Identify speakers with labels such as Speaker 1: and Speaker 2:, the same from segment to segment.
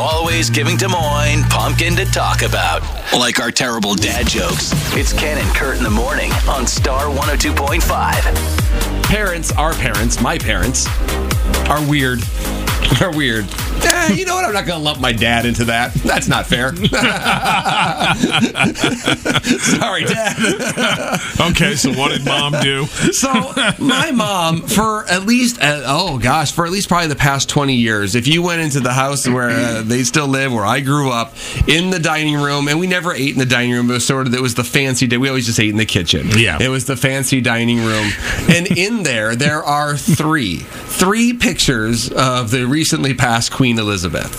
Speaker 1: Always giving Des Moines pumpkin to talk about. Like our terrible dad jokes. It's Ken and Kurt in the morning on Star 102.5.
Speaker 2: Parents, our parents, my parents, are weird. Are weird. Eh, you know what? I'm not going to lump my dad into that. That's not fair. Sorry, Dad.
Speaker 3: Okay, so what did mom do?
Speaker 2: So my mom, for at least uh, oh gosh, for at least probably the past twenty years, if you went into the house where uh, they still live, where I grew up, in the dining room, and we never ate in the dining room. It was sort of it was the fancy day. We always just ate in the kitchen.
Speaker 3: Yeah.
Speaker 2: it was the fancy dining room, and in there there are three three pictures of the recently passed Queen Elizabeth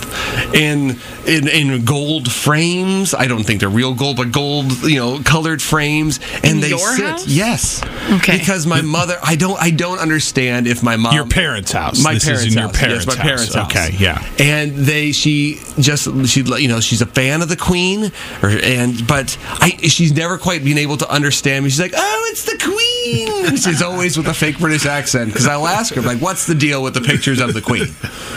Speaker 2: in in in gold frames. I don't think they're real gold, but gold you know colored frames, and
Speaker 4: In
Speaker 2: they
Speaker 4: your
Speaker 2: sit.
Speaker 4: house?
Speaker 2: Yes.
Speaker 4: Okay.
Speaker 2: Because my mother, I don't, I don't understand if my mom,
Speaker 3: Your parents' house.
Speaker 2: my
Speaker 3: This is
Speaker 2: parents'
Speaker 3: in your
Speaker 2: house.
Speaker 3: parents'
Speaker 2: yes, my
Speaker 3: house.
Speaker 2: parents' house.
Speaker 3: Okay, yeah.
Speaker 2: And they, she just, she, you know, she's a fan of the Queen, or, and but I, she's never quite been able to understand me. She's like, oh, it's the Queen. And she's always with a fake British accent because I'll ask her like, what's the deal with the pictures of the Queen?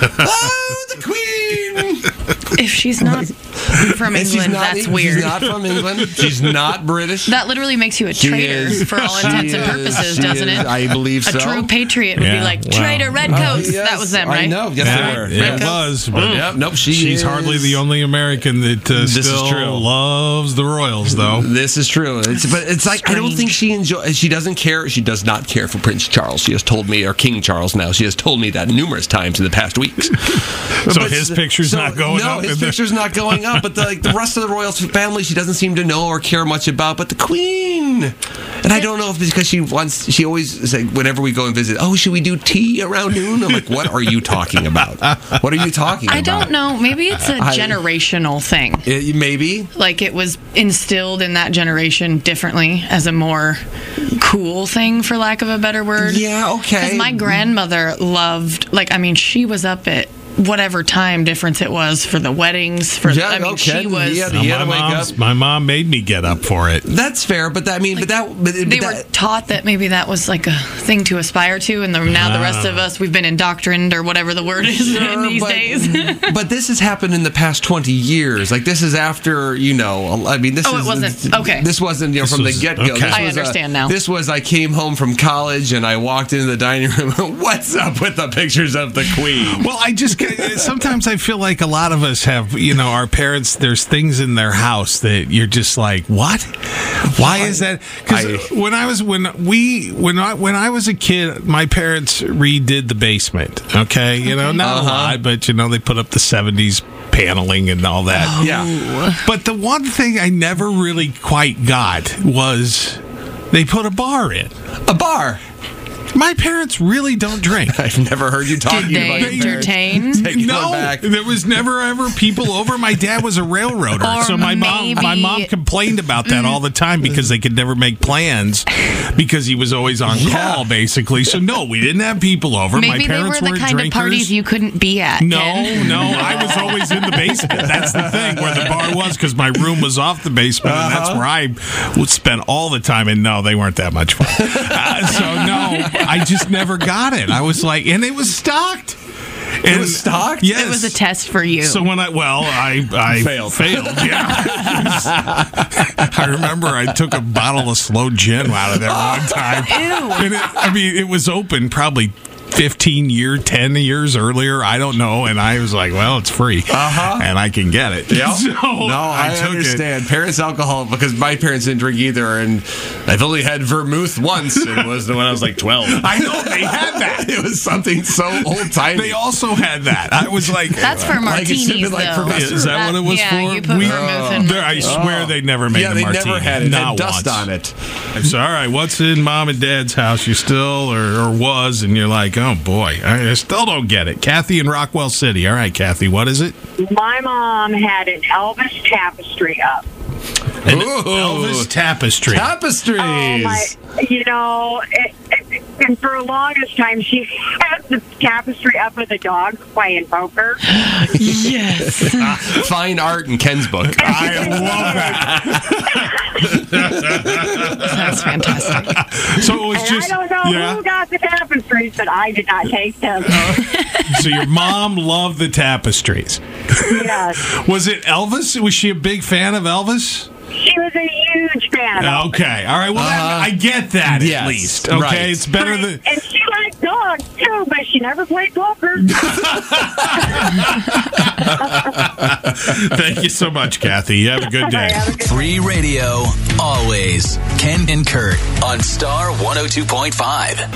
Speaker 2: oh, the Queen.
Speaker 4: If she's not from
Speaker 2: And she's
Speaker 4: England,
Speaker 2: not,
Speaker 4: that's weird.
Speaker 2: She's not from England. She's not British.
Speaker 4: that literally makes you a
Speaker 2: She
Speaker 4: traitor
Speaker 2: is-
Speaker 4: for all
Speaker 2: she
Speaker 4: intents and
Speaker 2: is-
Speaker 4: purposes,
Speaker 2: she
Speaker 4: doesn't
Speaker 2: is-
Speaker 4: it?
Speaker 2: I believe
Speaker 4: a
Speaker 2: so.
Speaker 4: true patriot would
Speaker 3: Yeah,
Speaker 4: be like
Speaker 3: wow.
Speaker 4: traitor redcoats.
Speaker 2: Oh, yes,
Speaker 4: that was them,
Speaker 2: I
Speaker 4: right?
Speaker 2: know. Yes,
Speaker 3: Yeah,
Speaker 2: they were.
Speaker 3: it
Speaker 2: Yeah.
Speaker 3: was, but
Speaker 2: Yep. Nope. She
Speaker 3: she's
Speaker 2: is-
Speaker 3: hardly the only American that uh,
Speaker 2: is true.
Speaker 3: still loves the Royals, though.
Speaker 2: This is true. It's, but it's like I don't think she enjoys. She doesn't care. She does not care for Prince Charles. She has told me, or King Charles. Now she has told me that numerous times in the past weeks.
Speaker 3: So
Speaker 2: But-
Speaker 3: his picture's
Speaker 2: so,
Speaker 3: not going
Speaker 2: no,
Speaker 3: up.
Speaker 2: his
Speaker 3: in the-
Speaker 2: picture's not going up. But the, like the rest of the royal family, she doesn't seem to know or care much about. But the Queen, and I don't know if it's because she wants. She always is like whenever we go and visit. Oh, should we do tea around noon? I'm like, what are you talking about? What are you talking?
Speaker 4: I
Speaker 2: about?
Speaker 4: don't know. Maybe it's a
Speaker 2: I-
Speaker 4: generational thing.
Speaker 2: It, maybe
Speaker 4: Like it was instilled in that generation differently as a more cool thing, for lack of a better word.
Speaker 2: Yeah, okay.
Speaker 4: Because my grandmother loved, like, I mean, she was up at whatever time difference it was for the weddings. For
Speaker 2: Yeah,
Speaker 4: I mean,
Speaker 2: no
Speaker 4: she
Speaker 2: kidding.
Speaker 4: was.
Speaker 2: Yeah,
Speaker 3: Now,
Speaker 2: You gotta
Speaker 3: my,
Speaker 2: wake
Speaker 3: mom's,
Speaker 2: up.
Speaker 3: my mom made me get up for it.
Speaker 2: That's fair, but that, I mean, but that, but, but
Speaker 4: they were
Speaker 2: that,
Speaker 4: taught that maybe that was like a thing to aspire to, and the, now the rest of
Speaker 3: Ah.
Speaker 4: us we've been indoctrined or whatever the word is in
Speaker 2: Sure,
Speaker 4: these
Speaker 2: Uh, but,
Speaker 4: days.
Speaker 2: but this has happened in the past 20 years. Like, this is after, you know, I mean, this
Speaker 4: Oh, it
Speaker 2: is-
Speaker 4: wasn't- okay.
Speaker 2: This wasn't, you know,
Speaker 3: This
Speaker 2: from
Speaker 3: was-
Speaker 2: the get go.
Speaker 3: okay. I
Speaker 4: understand now.
Speaker 2: This was, I came home from college and I walked into the dining room. What's up with the pictures of the queen?
Speaker 3: Well, I just get- sometimes I feel like a lot of us have, you know, our parents. There's things in their house that you're just like, what? Why is that?
Speaker 2: I-
Speaker 3: Because when I was when we when I when I was a kid, my parents redid the basement. Okay, Uh-huh. you know, not a lot, but you know, they put up the '70s paneling and all that.
Speaker 2: Yeah.
Speaker 3: But the one thing I never really quite got was they put a bar in.
Speaker 2: A bar.
Speaker 3: My parents really don't drink.
Speaker 2: I've never heard you
Speaker 4: Did
Speaker 2: talking
Speaker 4: they
Speaker 2: about your parents.
Speaker 4: entertain?
Speaker 2: Taking it
Speaker 3: no,
Speaker 2: back.
Speaker 3: there was never ever people over. My dad was a railroader,
Speaker 4: Or
Speaker 3: so my mom my
Speaker 4: maybe-
Speaker 3: mom complained about that all the time because they could never make plans because he was always on call, basically. So no, we didn't have people over. my
Speaker 4: Maybe they were
Speaker 3: parents
Speaker 4: the
Speaker 3: not
Speaker 4: kind
Speaker 3: drinkers.
Speaker 4: of parties you couldn't be at.
Speaker 3: no,
Speaker 4: Ken.
Speaker 3: no, I was always in the basement. That's the thing where the bar was because my room was off the basement, and
Speaker 4: Uh-huh.
Speaker 3: that's where I would spend all the time. And no, they weren't that much fun. Uh, so no, I just never got it. I was like, and it was stocked. And,
Speaker 2: was stocked?
Speaker 3: Yes,
Speaker 4: It was a test for you.
Speaker 3: so when I well, I I
Speaker 2: Failed.
Speaker 3: Failed. Yeah. I remember I took a bottle of slow gin out of there one time. And it, I mean, it was open probably. 15 year 10 years earlier i don't know and i was like well it's free
Speaker 2: Uh-huh.
Speaker 3: and i can get it
Speaker 2: Yep.
Speaker 3: So
Speaker 2: no, I,
Speaker 3: took it
Speaker 2: understand. Parents' alcohol because my parents didn't drink either, and I've only had vermouth once. It was when I was like twelve.
Speaker 3: i know they had that
Speaker 2: it was something so old timey.
Speaker 3: they also had that i was like
Speaker 4: that's for
Speaker 2: Like, it should be
Speaker 4: martinis,
Speaker 2: like
Speaker 4: though.
Speaker 2: for-
Speaker 3: is that what it was
Speaker 4: yeah,
Speaker 3: for
Speaker 4: You put
Speaker 3: We-
Speaker 4: vermouth in
Speaker 3: there, i swear they never made
Speaker 2: Oh. yeah,
Speaker 3: the
Speaker 2: they
Speaker 3: martini
Speaker 2: never had it. It
Speaker 3: not
Speaker 2: had dust
Speaker 3: once.
Speaker 2: on it.
Speaker 3: It's all right. What's in mom and dad's house? You still or, or was, and you're like, oh boy, I, I still don't get it. Kathy in Rockwell City. All right, Kathy, what is it?
Speaker 5: My mom had an Elvis tapestry up.
Speaker 3: An
Speaker 2: Ooh.
Speaker 3: Elvis tapestry.
Speaker 2: Tapestries.
Speaker 5: Oh my! You Oh know, it, it, And for the longest time, she had the tapestry up of the dog playing poker.
Speaker 4: Yes.
Speaker 2: Fine art in Ken's book.
Speaker 3: I love
Speaker 4: That's fantastic.
Speaker 3: it. So it was
Speaker 5: And
Speaker 3: just
Speaker 5: I don't know
Speaker 3: yeah.
Speaker 5: who got the tapestries, but I did not take them.
Speaker 3: So your mom loved the tapestries.
Speaker 5: yes.
Speaker 3: Was it Elvis? Was she a big fan of Elvis?
Speaker 5: She was a huge fan of
Speaker 3: Okay. All right. Well, that,
Speaker 2: Uh-huh.
Speaker 3: I get that
Speaker 2: Yes,
Speaker 3: at least. Okay.
Speaker 2: right.
Speaker 3: It's better than.
Speaker 5: And she liked dogs too, but she never played poker.
Speaker 3: Thank you so much, Kathy. You have a good day.
Speaker 1: Free oh radio, always. Ken and Kurt on Star 102.5.